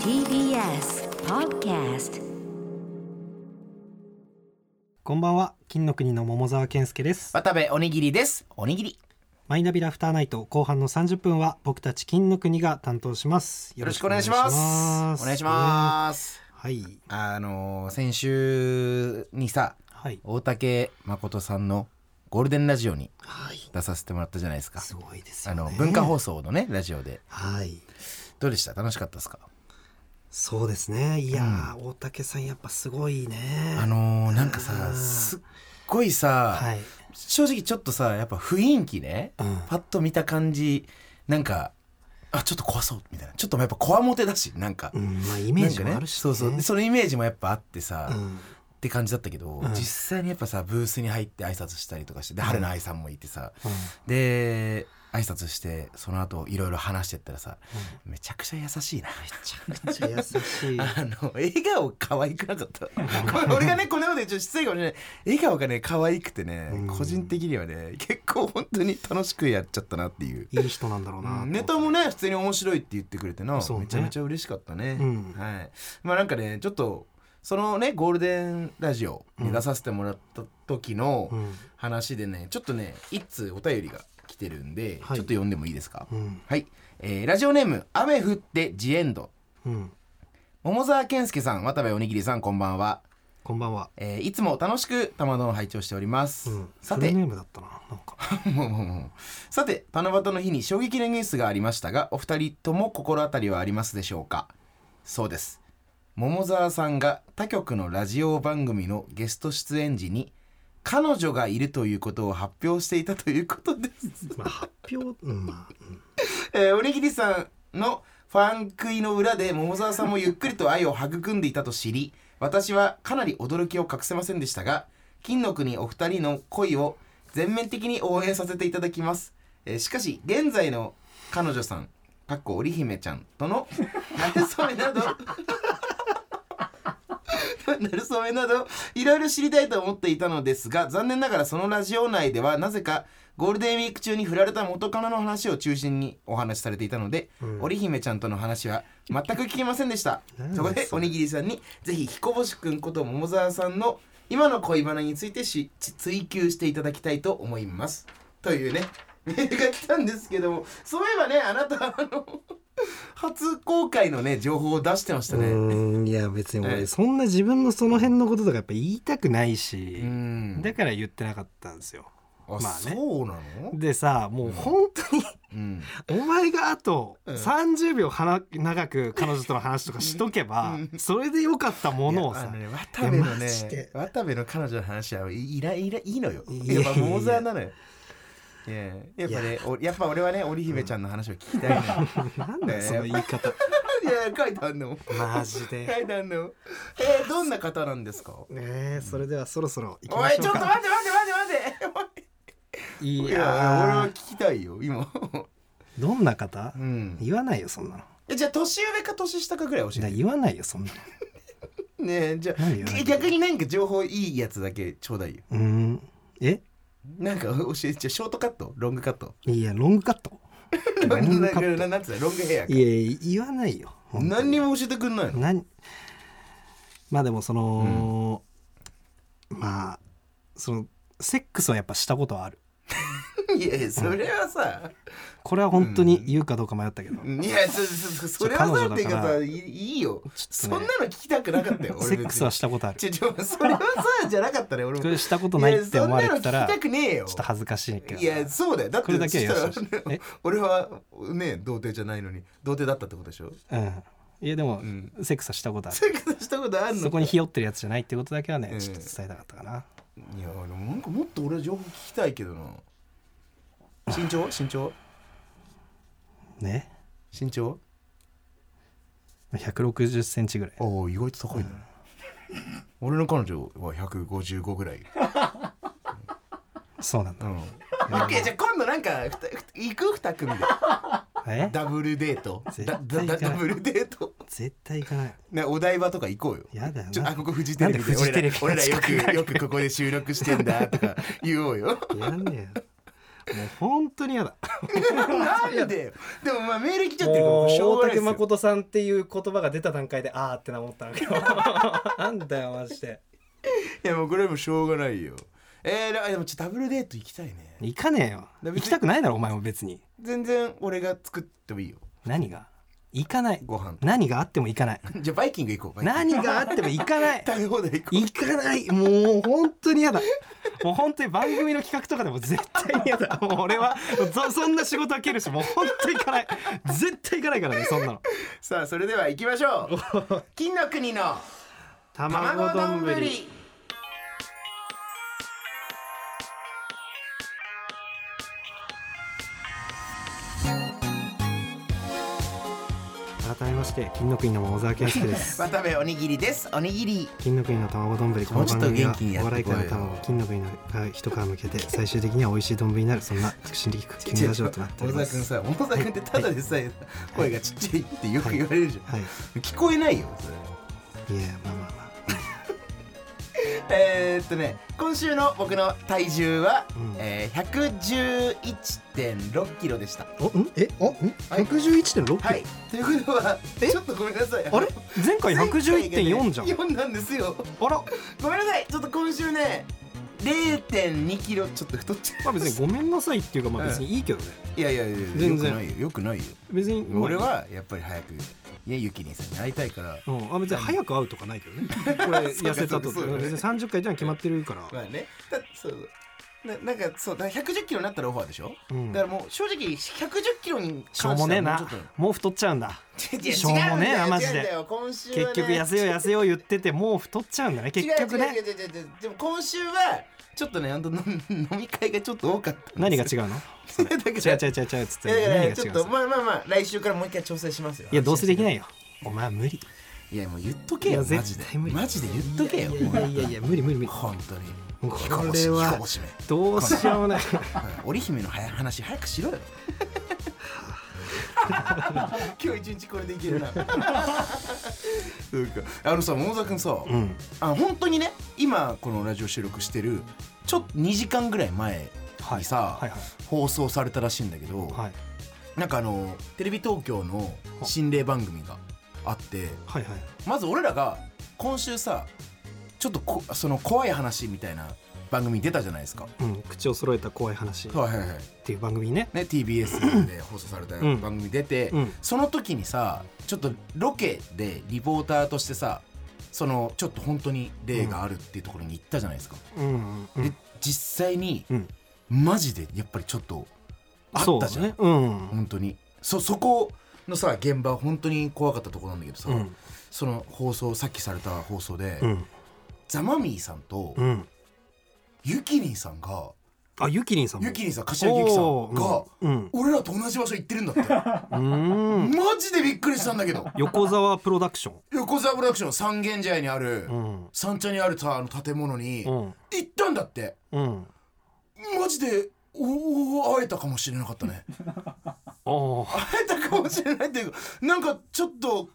TBS Podcast こんばんは金の国の桃沢健介です渡部おにぎりですおにぎりマイナビラフターナイト後半の30分は僕たち金の国が担当しますよろしくお願いしますお願いします、すはいあのー先週にさはい大竹誠さんのゴールデンラジオにはい出させてもらったじゃないですかすごいですあよねの文化放送のねラジオではいどうでした楽しかったですかそうですねいやー、大竹さんやっぱすごいねあのーなんかうさんすっごいさ、はい正直ちょっとさやっぱ雰囲気ね、うんパッと見た感じなんかあちょっと怖そうみたいなちょっとやっぱこわもてだしなんか、うんまあイメージもあるし、ね、なんかねそうそうそのイメージもやっぱあってさ、うっんて感じだったけど、ん実際にやっぱさブースに入って挨拶したりとかしてで春菜愛さんもいてさ、うんで挨拶してその後いろいろ話してったらさ、めちゃくちゃ優しいなめっちゃ優しいあの笑顔可愛くなかったこれ俺がねこんなこと言っちゃ失礼かもしれない笑顔がね可愛くてね、うん個人的にはね結構本当に楽しくやっちゃったなっていう、 いい人なんだろうな、うんネタもね普通に面白いって言ってくれてな、そうねめちゃめちゃ嬉しかったね、うんはいまあなんかねちょっとそのねゴールデンラジオに出させてもらった時のうん話でねちょっとね一通お便りが来てるんで、はいちょっと読んでもいいですか、うんはい、えーラジオネーム「雨降ってジエンド」うん桃沢健介さん渡部おにぎりさんこんばんは、こんばんはえーいつも楽しく玉丼を拝聴しております、うんさフルてネームだったななんかもうもうもうさて七夕の日に衝撃のニュースがありましたがお二人とも心当たりはありますでしょうかそうです桃沢さんが他局のラジオ番組のゲスト出演時に彼女がいるということを発表していたということです、まあ発表うんまあえー、おにぎりさんのファン食いの裏で桃沢さんもゆっくりと愛を育んでいたと知り私はかなり驚きを隠せませんでしたが金の国お二人の恋を全面的に応援させていただきます、えーしかし現在の彼女さんかっこ織姫ちゃんとの 馴れ初めなど馴れ初めなどいろいろ知りたいと思っていたのですが残念ながらそのラジオ内ではなぜかゴールデンウィーク中に振られた元カノの話を中心にお話しされていたので、うん織姫ちゃんとの話は全く聞けませんでしたなんだそこでそおれにぎりさんにぜひ彦星くんこと桃沢さんの今の恋バナについてしち追求していただきたいと思いますというねメールが来たんですけどもそういえばねあなたあの初公開のね情報を出してましたうねうんーんいや別にえ俺えそんな自分のその辺のこととかやっぱ言いたくないし、だから言ってなかったんですよあ、まあねそうなのでさもう本当にうんお前があとうん30秒はな長く彼女との話とかしとけばうんそれでよかったものをいやあさのね渡部のいやマジねで渡部の彼女の話はいいらいらいいのよいややっぱいやいや桃沢なのよいややっぱねおやっぱ俺はね織姫ちゃんの話を聞きたいのよ なんだよその言い方いや書いてあんのマジ書でいてあんのえーどんな方なんですかねえそれではそろそろ行きおまいしょちょうっと待かって待って待ってい待っていや俺はや聞きたいよ今ーどんな方うん言わないよそんなのえじゃあ年上か年下かぐらい教えだて言わないよそんなのねえじゃあ何何逆になんか情報いいやつだけちょうだいようーんえなんか教えてじゃあショートカットロングカットいやロングカットロロンンググカカッット トなんつうのロングヘアかいやいや言わないよ本当に何にも教えてくんないのなんまあでもその、まあそのセックスはやっぱしたことはあるいやいやそれはさこれは本当に言うかどうか迷ったけど、いやそそそれは彼さ女ってだいかうらかさいいいよちょっそんとなねの聞きたくなかったよ俺セ別にックスはしたことあるちょちょそれはさじゃなかったね俺もこれしたことないって思われてたいやらそんなの聞ちきたくねえよょっと恥ずかしいけどいやそうだよだってこれだけはよしそとししたらて俺はね童貞じゃないのに童貞だったってことでしょうんいやでも、んセックスはしたことあるセックスしたことあんのそこにひよってるやつじゃないってことだけはね、うんちょっと伝えたかったかないや俺なんかもっと俺は情報聞きたいけどな身長身長ね身長1 6 0ンチぐらいああ意外と高いね、俺の彼女は155ぐらいそうなんだう、 ん OK じゃあ今度なんかふたふた行く2組でえダブルデート絶だ対だだ行かないダブルデート絶対行かないねお台場とか行こうよやだよちょなあここフジテレビなんでフジテレビで俺ら俺らよ近く くよくここで収録してんだとか言おうよやんねえよもう本当に嫌だなんでよでもまあメール来ちゃってるからももううしょう大がないで竹すよ誠さんっていう言葉が出た段階であーってな思ったん だけどなんだよマジでいやもうこれはもうしょうがないよえー、だでもちょっとダブルデート行きたいね行かねえよ別に行きたくないだろお前も別に全然俺が作ってもいいよ何が行かないご飯何があっても行かないじゃあバイキング行こうバイキン何グがあっても行かない食べ放題行こ行かないもう本当に嫌だもう本当に番組の企画とかでも絶対に嫌だもう俺はそそんな仕事はけるしもう本当に行かない絶対行かないからねそんなのうさあそれでは行きましょう金の国の卵丼ぶり改めまして金の国の桃沢健介です渡部おにぎりですおにぎり金の国の卵丼ぶりこものうちょっ番と組は元気にやおって笑いこい界よの卵金の国のが一皮向けて最終的には美味しい丼になるそ んな新力金ラジオとなっており桃ま沢君すさ桃沢君ってただでさえ声がちっちゃいってよく言われるじゃん、はい聞こえないよそれいやまあまあまえー、っとね今週の僕の体重は、うんえー、111.6キロでしたあおんえおん111.6はいということはえちょっとごめんなさいあれ前回111.4じゃん4なんですよあらごめんなさいちょっと今週ね0.2キロちょっと太っちゃいまあ別にごめんなさいっていうかまあ別にいいけどね、いやいやいや全然よくないよよくないよ別にまあ俺はやっぱり早くねゆきにさんに会いたいからうん、あ別に早く会うとかないけ どねこれ痩せたとそうだそうだ別に30回じゃん決まってるから、まあねだそうななんかそうだ110キロになったらオファーでしょ、うんだからもう正直110キロに関しょうもねえなしてはもうちょっともう太っちゃうん だい やしょうもねえな違うんだよマジで違うんだよ今週はね結局痩せよう痩せよう言っててもう太っちゃうんだね結局違ねう違う違う違う違うでも今週はちょっとねほんと飲み 飲み会がちょっと多かった何が 違違うのうだから違う違う違う違うっつっていやいやい何やがち違ょっうのとまあまあまあ来週からもう一回調整しますよいやどうせできないよよお前は無理いやもう言っとけいよやマジ絶で対無理マジで言っとけよいやいやいやいや無理無理無理本当にもうこ彦星れは彦星めどうしようもないうん織姫の早話早く しろよ今日一日これでいけるなそうかあのさ桃沢君さ、うんあ本当にね今このラジオ収録してるちょっと2時間ぐらい前にさ、はいはい放送されたらしいんだけど、はいなんかあのテレビ東京の心霊番組があってはいはいまず俺らが今週さちょっとこその怖い話みたいな番組に出たじゃないですか。うん口を揃えた怖い話っはいはいはいていう番組ねね、TBS で放送されたうん番組出て、うんその時にさちょっとロケでリポーターとしてさそのちょっと本当に例があるっていうところに行ったじゃないですか、うんうんで実際にうんマジでやっぱりちょっとあそっうだたじゃん、ねうん本当にそそこのさ現場本当に怖かったところなんだけどさ、うんその放送さっきされた放送で、うんザマミーさんとうんユキリンさんがあゆきりんさんもユキリンさん柏木ユキさんがお、ーうん俺らと同じ場所行ってるんだってうん マジでびっくりしたんだけど横澤プロダクション横澤プロダクション三軒茶屋にある、うん三茶にあるさあの建物にう行んったんだってうんマジでおお会えたかもしれなかったねおー会えたかもしれないっていうかなんかちょっと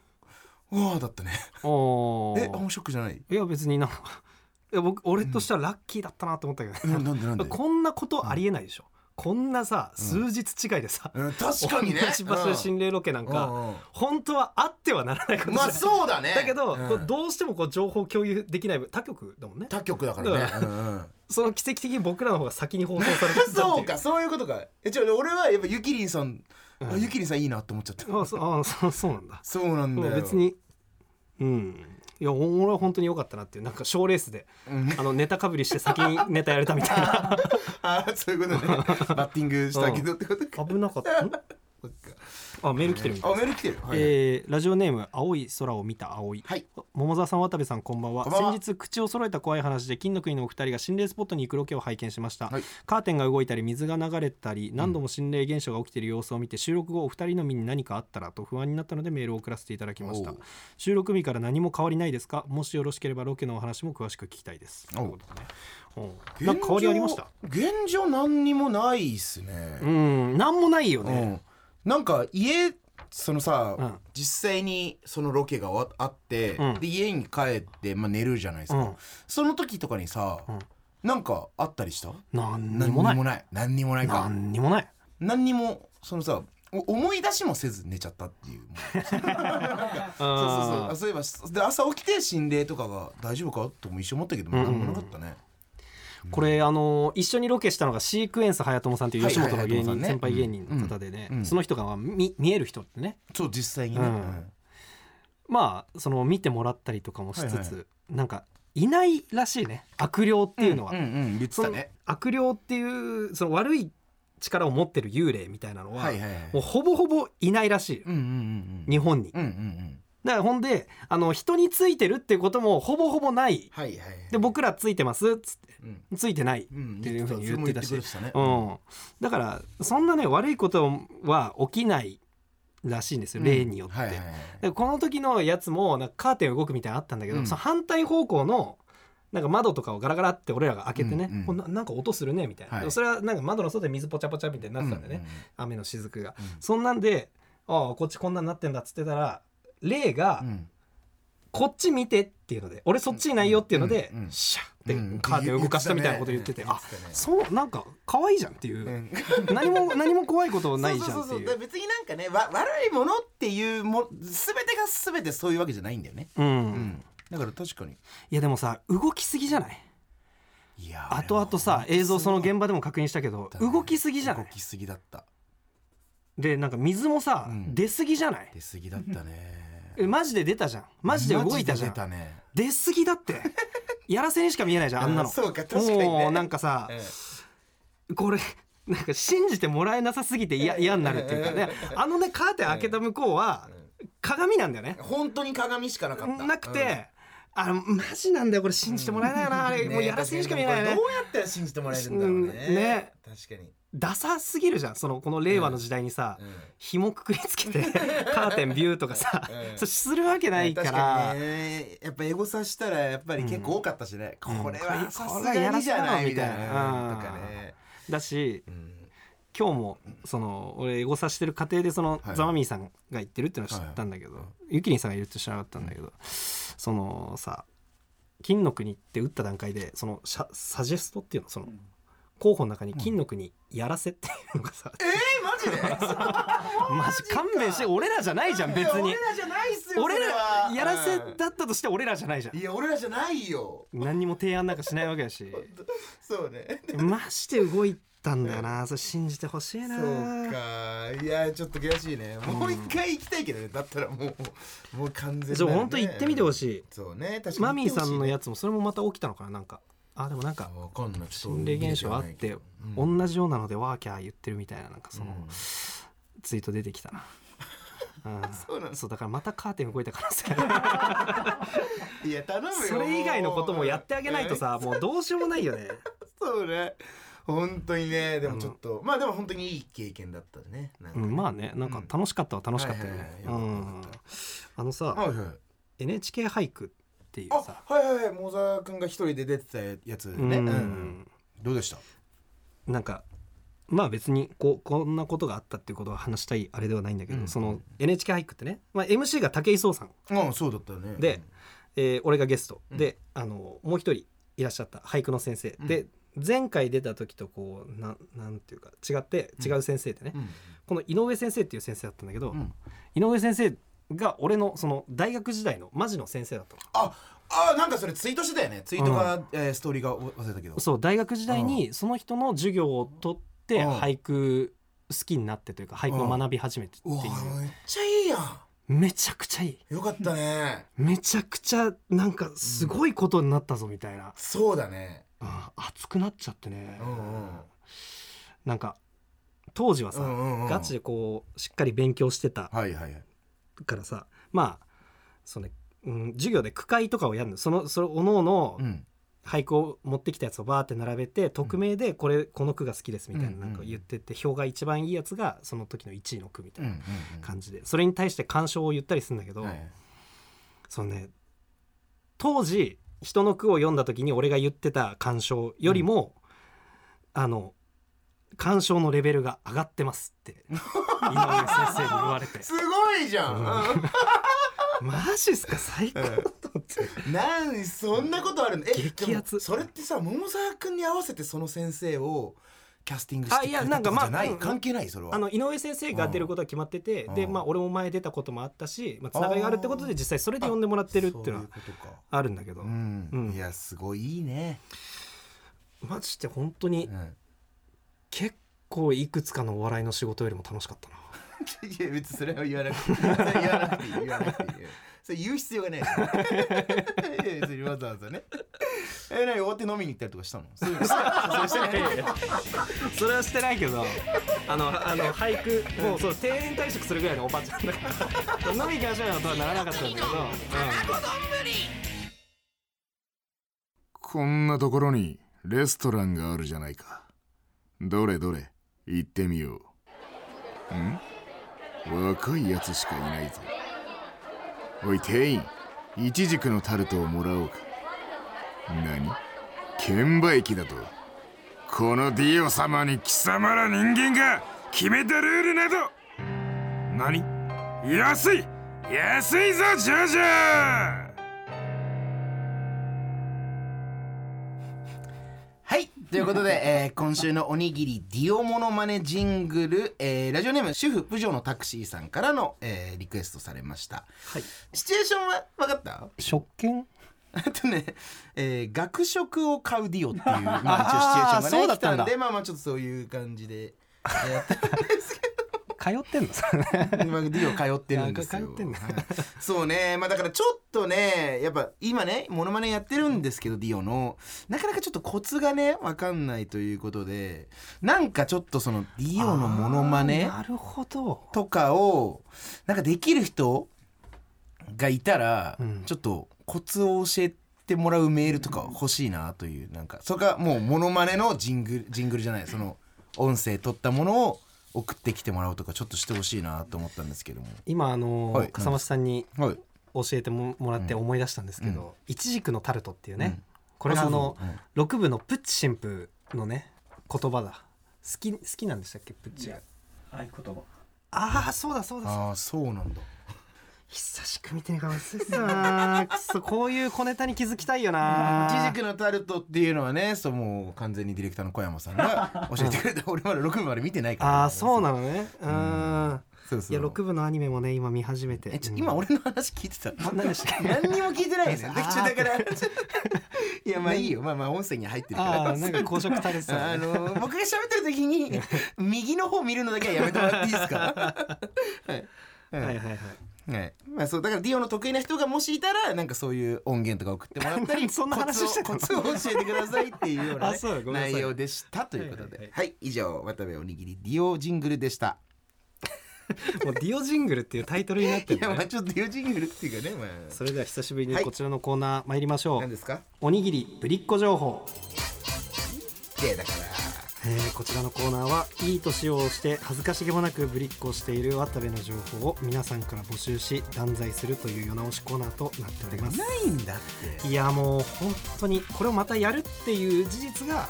うわーだったねおえあもーうショックじゃないいや別になんか いや僕俺としてはラッキーだったなと思ったけえど、なんでなん で、こんなことありえないでしょ、こんなさ数日違いでさ、うん、確かにね同じ場所で心霊ロケなんか、うんうんうん本当はあってはならないことうんじゃまないあそうだねだけど、うんこうどうしてもこう情報共有できない他局だもんね他局だからねだかうんうんその奇跡的に僕らの方が先に放送されてたってい そうかそういうことかえちょ俺はやっぱゆきりんさん、あゆきりんさんいいなって思っちゃったあそうあそうそうなんだそうなんだよ別にうんいやお俺は本当に良かったなっていうなんか賞ーレースで、あのネタかぶりして先にネタやれたみたいな ああそうい うことねバッティングしたけどってことか、危なかったんあメール来てるみたいあメール来てるはい、えーラジオネーム青い空を見た青い、はい桃沢さん渡部さんこんばんはこんばんは先日口を揃えた怖い話で金の国のお二人が心霊スポットに行くロケを拝見しました、はいカーテンが動いたり水が流れたり何度も心霊現象が起きている様子を見て収録後お二人の身に何かあったらと不安になったのでメールを送らせていただきましたおう収録日から何も変わりないですかもしよろしければロケのお話も詳しく聞きたいですおうということでねうんなんか変わりありました現状現状何にもないっすうね、んなんもないようね、ん、なんか家そのさ、うん実際にそのロケが終わあって、うんで家に帰って、まあ、寝るじゃないですか、うんその時とかにさ、うんなんかあったりした何に何もにないもない何にもないか何にもない何にもそのさお思い出しもせず寝ちゃったっていうもうそう そうそうあそういえばしで朝起きて心霊とかが大丈夫かとも一瞬思ったけどうん何もなかったね、これあの一緒にロケしたのがシークエンス早友さんという吉本のはいはい芸早友さん人ね先輩芸人の方でねうんうんその人が見見える人ってねそう実際にね、ううんんまあその見てもらったりとかもしつはいつなんかいないらしいね悪霊っていうのはうんうん言ってそたのね悪霊っていうその悪い力を持ってる幽霊みたいなのははいはいはいもうほぼほぼいないらしいうんうんうんうん日本にうんうんうんだからほんであの人についてるっていうこともほぼほぼないはいはいはいで僕らついてますつってうんついてないうんっていうふうに言ってたしそれも言ってくれてたねうん、だからそんなね悪いことは起きないらしいんですよ、うん例によって、はいはいはいでこの時のやつもなんかカーテン動くみたいなのあったんだけど、うんその反対方向のなんか窓とかをガラガラって俺らが開けてね、うんうんこななんか音するねみたいな、はいでもそれはなんか窓の外で水ポチャポチャみたいになってたんだよね、うんうん雨の雫が、うんそんなんでああこっちこんなんなってんだっつってたら霊がうんこっち見てっていうので俺そっちいないよっていうので、うんうんうんシャッてカーテン動かしたみたいなこと言ってて、うんあそうなんか可愛いじゃんっていう、うん何も何も怖いことないじゃそんうっそうていそうそうだからう。別になんかねわ悪いものっていうも全てが全てそういうわけじゃないんだよね、ううんん、だから確かにいやでもさ動きすぎじゃないいやー後々さ映像その現場でも確認したけどだね動きすぎじゃな動いきすぎだったでなんか水もさ、うん出すぎじゃない出すぎだったね えマジで出たじゃんマジで動いたじゃんマジで出たね出すぎだって やらせにしか見えないじゃんあんなのうんそうか確かにねもうなんかさええこれなんか信じてもらえなさすぎて嫌嫌になるっていうかねあのねカーテン開けた向こうは鏡なんだよね本当に鏡しかなかったなくて、あれマジなんだよこれ信じてもらえないよな、あれうんもうやらせにしか見えないよね確かにこれどうやったら信じてもらえるんだろうねうんね確かに、ダサすぎるじゃんそのこの令和の時代にさ、うん紐くくりつけ てカーテンビューとかさ、うんそうするわけないから確かにねやっぱエゴサしたらやっぱり結構多かったしね、んこれうんはさすがにじゃないみたいなこれはやらせなのみとたいなかね、だしうん今日もその俺エゴサしてる過程でその、はいザマミーさんが言ってるっていうのは知ったんだけど、はいゆきりんさんが言るって知らなかったんだけど、そのさ「金の国」って打った段階でそのシャサジェストっていうのその候補の中に「金の国やらせ」っていうのがさ、 えーマジでマジ勘弁して俺らじゃないじゃん別に俺らじゃないっすよ俺それはらやらせうんだったとして俺らじゃないじゃんいや俺らじゃないよ何にも提案なんかしないわけだ しそうねまして動いたんだよなそれ信じてほしいなそうかいやちょっと悔しいねもう一回行きたいけどねだったらもうもう完全なるねじゃあ本当行ってみてほしいそうね確かにマミーさんのややつもそれもまた起きたのかななんかあでもなんかわかんない心霊現象あって女同じようなのでワーキャー言ってるみたいななんかそのツイート出てきた な。あーそうなのそうだからまたカーテン動いた可能性ある いや頼むよそれ以外のこともやってあげないとさもうどうしようもない よねそうね本当にねでもちょっとまあでも本当にいい経験だったねなんかうん、まあねなんか楽しかったは楽しかったよはいはねい。うはいよかんったよかあのさ、はいはい NHK 俳句っていうあさ、はいはいはいモザー君が一人で出てたやつねうんうんどうでしたなんかまあ別にこうこんなことがあったっていうことは話したいあれではないんだけど、うんその NHK 俳句ってね、まあ、MC が武井壮さんうんそうだったねで、えー俺がゲスト、うんであのもう一人いらっしゃった俳句の先生、うんで前回出た時とこうなんなんていうか違って違う先生でね、うんこの井上先生っていう先生だったんだけど、うん井上先生が俺のその大学時代のマジの先生だったの。ああなんかそれツイートしてたよねツイートがえーストーリーが忘れたけどそう大学時代にその人の授業を取ってうん俳句好きになってというか俳句を学び始めてってういわうめっちゃいいやめちゃくちゃいいんよかったねめちゃくちゃなんかすごいことになったぞみたいな、そうだねあー熱くなっちゃってね、うんうんなんか当時はさ、うんうんうんガチでこうしっかり勉強してたはいはいはいからさまあその、うん、授業で句会とかをやるのそのそのおのおのうん俳句を持ってきたやつをバーって並べて匿名でこれこの句が好きですみたいうんななんか言ってて票が一番いいやつがその時の1位の句みたういんうなんうん感じでそれに対して鑑賞を言ったりするんだけどはいそのね当時人の句を読んだ時に俺が言ってた鑑賞よりもあの鑑賞のレベルが上がってますって 井上先生に言われてすごいじゃん、マジっすか最高うんと思ってなんそんなことあるのえ激でもアツそれってさ桃沢君に合わせてその先生をキャスティングしてあいやくれなたんとかかまじあゃないうん関係ないそれはあの井上先生が出ることは決まってて、うんでうんまあ俺も前出たこともあったし、まあ、つながりがあるってことで実際それで呼んでもらってるっていうのはそういうことかあるんだけど、うん、うんいやすごいいいね、マジで本当にうん結構いくつかのお笑いの仕事よりも楽しかったな。いや別にそれは言わなくていいそれは言わなくていい言わなくていいそれ言う必要がない ですいや別にわざわざねえ何終わって飲みに行ったりとかしたのそういうの そうしてないそれはしてないけどあのあの俳句もうそう定年退職するぐらいのおばちゃんだから飲み行きましょうよとはならなかったんだけど、こんなところにレストランがあるじゃないか。どれどれ、行ってみよう。ん若いやつしかいないぞ。おい、店員、イチジクのタルトをもらおうか。何券売機だとこのディオ様に貴様ら人間が決めたルールなど何安い安いぞ、ジョジョはいということで、えー今週のおにぎりディオモノマネジングル、えーラジオネーム主婦プジョのタクシーさんからの、えーリクエストされましたはい、シチュエーションは分かった食券あとね、えー学食を買うディ オっていう、まああ、ー一応シチュエーションがそうねだっ来たたんだんでまあまあちょっとそういう感じでやって通ってんの 今ディオ通ってるんですよあ通ってんだはいそうねまあだからちょっとねやっぱ今ねモノマネやってるんですけどディオのなかなかちょっとコツがね分かんないということでなんかちょっとそのディオのモノマネなるほどとかをなんかできる人がいたら、うんちょっとコツを教えてもらうメールとか欲しいなというなんかそれかもうモノマネのジングルジングルじゃないその音声取ったものを送ってきてもらうとかちょっとしてほしいなと思ったんですけども。今あの、はい笠松さんにはい、教えてももらって思い出したんですけど、ういちじくのタルトっていうね、うんこれがあのそうそううん六部のプッチ神父のね言葉だ好き好きなんでしたっけプッチが合言葉ああそうだそうだそうだああそうなんだ久しく見てねえから忘れてたなくそこういう小ネタに気づきたいよなイチジクのタルトっていうのはねそうもう完全にディレクターの小山さんが教えてくれた俺まだ6部まで見てないからああそうなのねうーんそうそういや6部のアニメもね今見始めてえちょうん今俺の話聞いてた何でしたっけ何にも聞いてないです よ。あだーから、いや、まあいいよ。まあまあ、音声に入ってるから。ああなんか公職垂れてた あねのー僕が喋ってる時に右の方見るのだけはやめてもらっていい ですかはい、はいははいいはいはいまあ、そうだからディオの得意な人がもしいたらなんかそういう音源とか送ってもら ったりそんな話してたコのツをコツを教えてくださいっていう ような,、あそうごめんなさい内容でしたということでははいいはいはい以上渡部おにぎりディオジングルでしたもうディオジングルっていうタイトルになっているやねまあちょっとディオジングルっていうかねまあそれでは久しぶりにはいこちらのコーナー参りましょう、何ですかおにぎりぶりっ子情報、いやだからえーこちらのコーナーはいい年をして恥ずかしげもなくぶりっ子をしている渡部の情報を皆さんから募集し断罪するという世直しコーナーとなっておりますないんだっていやもう本当にこれをまたやるっていう事実が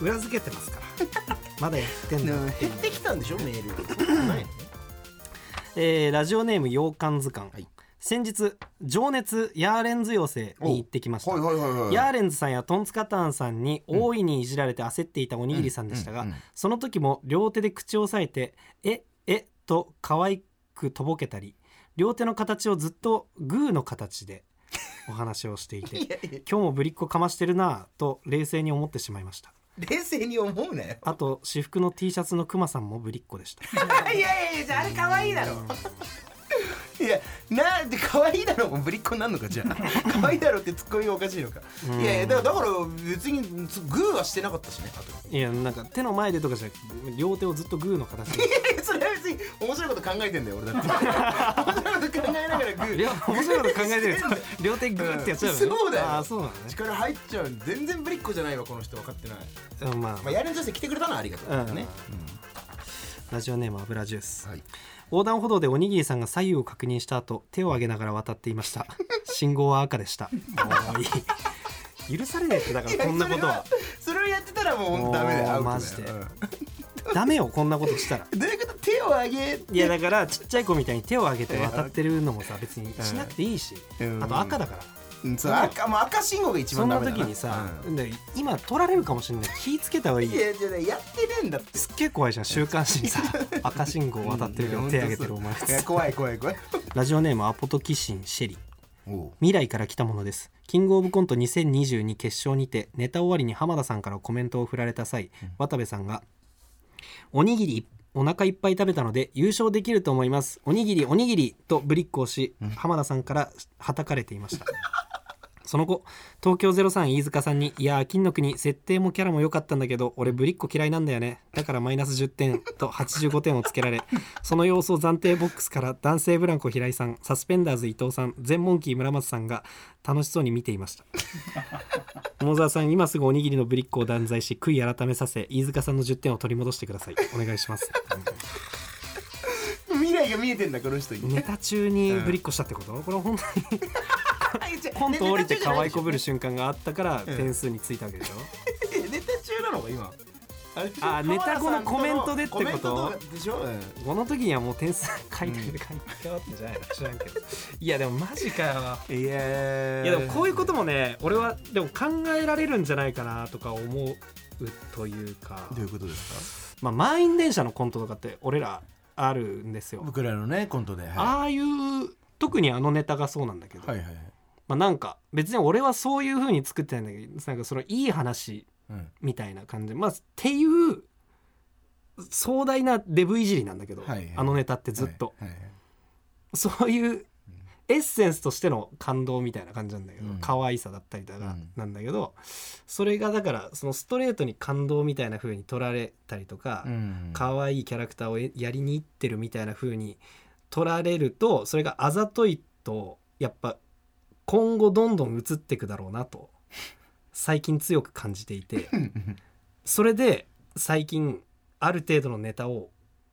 裏付けてますから まだやってんだ減っていうってきたんでしょメールないのねえーラジオネーム洋館図鑑、はい先日情熱ヤーレンズ養成に行ってきましたはいはいはいはいヤーレンズさんやトンツカタンさんに大いにいじられて焦っていたおにぎりさんでしたが、うんうんうんその時も両手で口を押さえて「ええと可愛くとぼけたり両手の形をずっとグーの形でお話をしていていやいや今日もぶりっ子かましてるなぁと冷静に思ってしまいました冷静に思うなよあと私服の T シャツのクマさんもぶりっ子でした いやいやいやあれ可愛いだろ いやなんで可愛いだろもぶりっ子になんのかじゃ あ可愛いだろってツッコミがおかしいのかいやいやだからだから別につグーはしてなかったしね あといやなんか手の前でとかじゃなく両手をずっとグーの形でそれは別に面白いこと考えてんだよ俺だ って面白いこと考えながらグー両 面白いこと考えてる両手グーってやっちゃうのね、そうだよああそうなのね力入っちゃう全然ぶりっ子じゃないわこの人分かってないうんまあまあヤーレン女性来てくれたのはありがとうねラジオネーム油ジュース、はい横断歩道でおにぎりさんが左右を確認した後手を挙げながら渡っていま した信号は赤でしたもういい許されねえってだからこんなことはそれをやってたらもう本当ダメだよアもうウトだよマジでうんダメよこんなことしたらどういうこと手を上げいやだからちっちゃい子みたいに手を挙げて渡ってるのもさ別にしなくていいし、うんあと赤だからうんそう赤もう赤信号が一そ番んダなメだな時にさ、うで今取られるかもしれない気ぃつけた方がいんいいよやじゃやってねえんだってすっげえ怖いじゃん週刊誌にさ赤信号渡ってるけど手挙げてるお前いや怖い怖い 怖いラジオネームアポトキシンシェリおう未来から来たものですキングオブコント2022決勝にてネタ終わりに浜田さんからコメントを振られた際、渡部さんが「おにぎりお腹いっぱい食べたので優勝できると思いますおにぎりおにぎり」とブリックをし浜田さんからはたかれていましたその後東京03飯塚さんに「いやー金の国設定もキャラも良かったんだけど俺ぶりっ子嫌いなんだよねだからマイナス10点」と85点をつけられ その様子を暫定ボックスから男性ブランコ平井さんサスペンダーズ伊藤さん全モンキー村松さんが楽しそうに見ていました桃沢さん今すぐおにぎりのぶりっ子を断罪し悔い改めさせ飯塚さんの10点を取り戻してくださいお願いします未来が見えてんだこの人にネタ中にぶりっ子したってことこれ本当にコント降りて可愛いこぶる瞬間があったから点数についたわけでしょ ネタ中なの今あれでしょあネタ後のコメントでってことコメントかでしょ、うんこの時にはもう点数 書いてる感じ変わったんじゃ ないの知らんけどいやでもマジかよいやーいやでもこういうこともね俺はでも考えられるんじゃないかなとか思うというかどういうことですかまあ満員電車のコントとかって俺らあるんですよ僕らのねコントで、はい、ああいう特にあのネタがそうなんだけど、はいはいはいまあなんか別に俺はそういう風に作ってないんだけどなんかそのいい話うんみたいな感じまあっていう壮大なデブいじりなんだけど、はいはいあのネタってずっと、はいはいそういうエッセンスとしての感動みたいな感じなんだけど、うん可愛さだったりだうがんなんだけど、それがだからそのストレートに感動みたいな風に取られたりとか、うん可愛いキャラクターをえやりにいってるみたいな風に取られるとそれがあざといとやっぱ今後どんどん移っていくだろうなと最近強く感じてい てそれで最近ある程度のネタを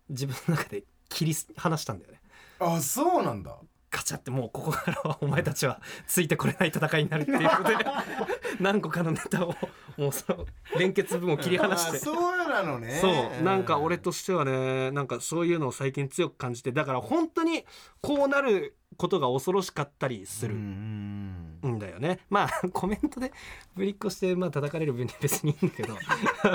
自分の中で切り離したんだよね。あそうなんだガチャってもうここからはお前たちはついてこれない戦いになるっていうことで 何個かのネタをもうその連結部分を切り離しあてそうなのねそうなんか俺ととしてはねなんかそういうのを最近強く感じてだから本当にこうなることが恐ろしかったりするうんうんんだよね、まあ コメントでぶりっこしてまあ叩かれる分には別にいいんだけど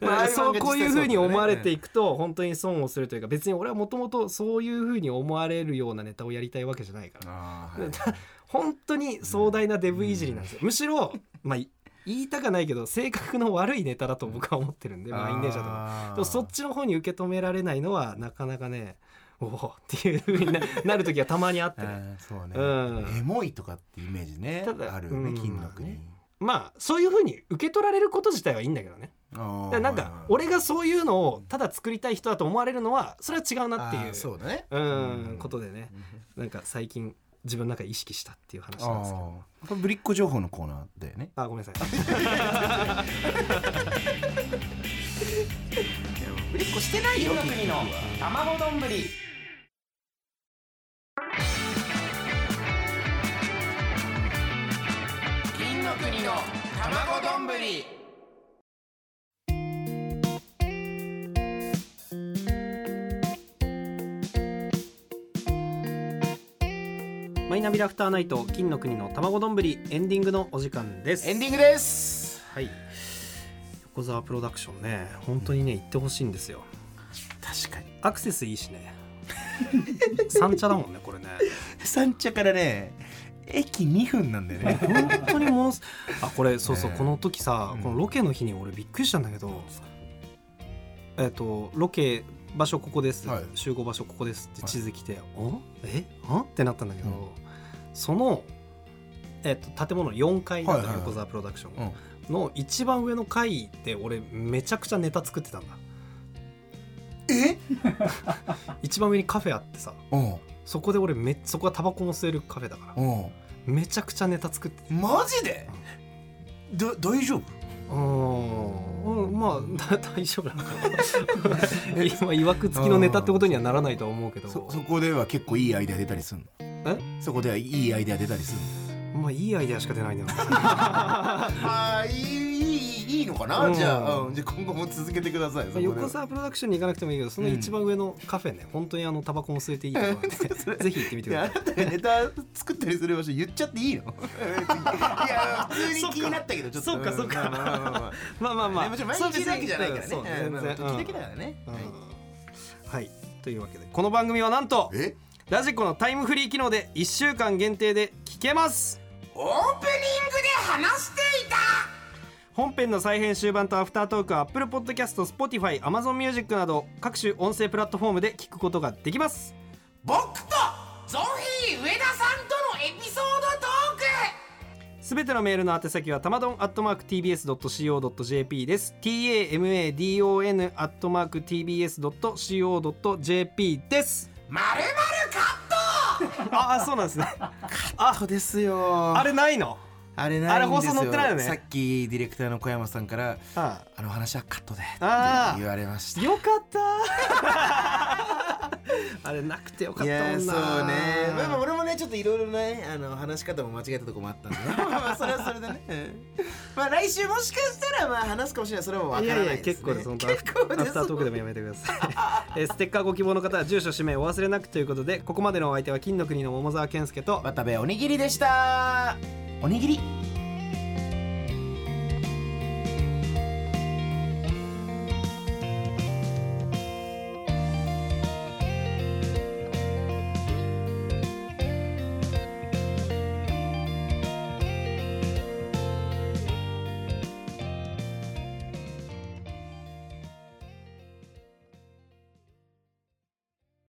ま あそうこういうふうに思われていいくと本当に損をするというか別に俺はもともとそういうふうに思われるようなネタをやりたいわけじゃないからあーはい本当に壮大なデブいじりなんですよむしろまあ言いたかないけど性格の悪いネタだと僕は思ってるんで満員電車とか。あーでもそっちの方に受け止められないのはなかなかねおおっていうふうに ななる時はたまにあってね、あーそうね、うんエモいとかってイメージねただあるよねうん金の国、まあそういうふうに受け取られること自体はいいんだけどねあーだからなんはいはいか俺がそういうのをただ作りたい人だと思われるのはそれは違うなっていあーうそうだねうんうんことでねなんか最近自分の中で意識したっていう話あなんですけどーこれぶりっ子情報のコーナーだよねあごめんなさいぶりっ子してないよ金の国の卵丼ぶり金の国の卵丼ぶりマイナビラフターナイト金の国の卵丼エンディングのお時間ですエンディングですはい横澤プロダクションね本当にね行ってほしいんですよ確かにアクセスいいしね三茶だもんねこれね三茶からね駅2分なんだよ ね本当にもうあこれそうそう、ねえこの時さ、うんこのロケの日に俺びっくりしたんだけどえっ、とロケ場所ここです、はい集合場所ここですって地図来て、おえあってなったんだけど、その、えっと建物の4階なんだ、はいはいはい横澤プロダクションがうんの一番上の階で俺めちゃくちゃネタ作ってたんだえ一番上にカフェあってさおうそこで俺めそこはタバコも吸えるカフェだからおめちゃくちゃネタ作ってうマジでだ大丈夫うんまあだ 大丈夫なのか な今いわくつきのネタってことにはならないとは思うけどそそこでは結構いいアイデア出たりすんのえそこではいいアイデア出たりすんまあいいアイデアしか出ないなあーいいいいいいのかな、うんじゃあ、うん、じゃあ今後も続けてくださいそこで横澤プロダクションに行かなくてもいいけどその一番上のカフェね、本当にあのタバコも吸えていいとこ なんでぜひ行ってみてくねあだなさいたがネタ作ったりする場所言っちゃっていいの いや普通に気になったけどちょっとそっかそっかうんまあまあまあまあまあまあまあ、ねもちろん毎日いるわけじゃないからねそうですねうんまあまあ全然うん時々だからね、はいうんはいというわけでこの番組はなんとえラジコのタイムフリー機能で1週間限定で聞けますオープニングで話していた本編の再編集版とアフタートークは Apple Podcast、Spotify、AmazonMusic など各種音声プラットフォームで聞くことができます僕とゾフィー上田さんとのエピソードトークすべてのメールの宛先はたまどん @tbs.co.jp です tamadon @tbs.co.jp ですまるまるカットああそうなんですね あとですよあれないのあれあなれいんで放すよ送載ってないよねさっきディレクターの小山さんからああの話はカットでってあー言われましたよかった あれなくてよかっいたもんなやーそうねまあまあ俺もねちょっといろいろねあの話し方も間違えたとこもあったんでね まあそれはそれでねうんまあ来週もしかしたらまあ話すかもしれないそれはわかいらやないいでや結す、ね、構です本当結構ですアフタートークでもやめてください えーステッカーご希望の方は住所氏名お忘れなくということでここまでのお相手は金の国の桃沢健介と渡部おにぎりでしたおにぎり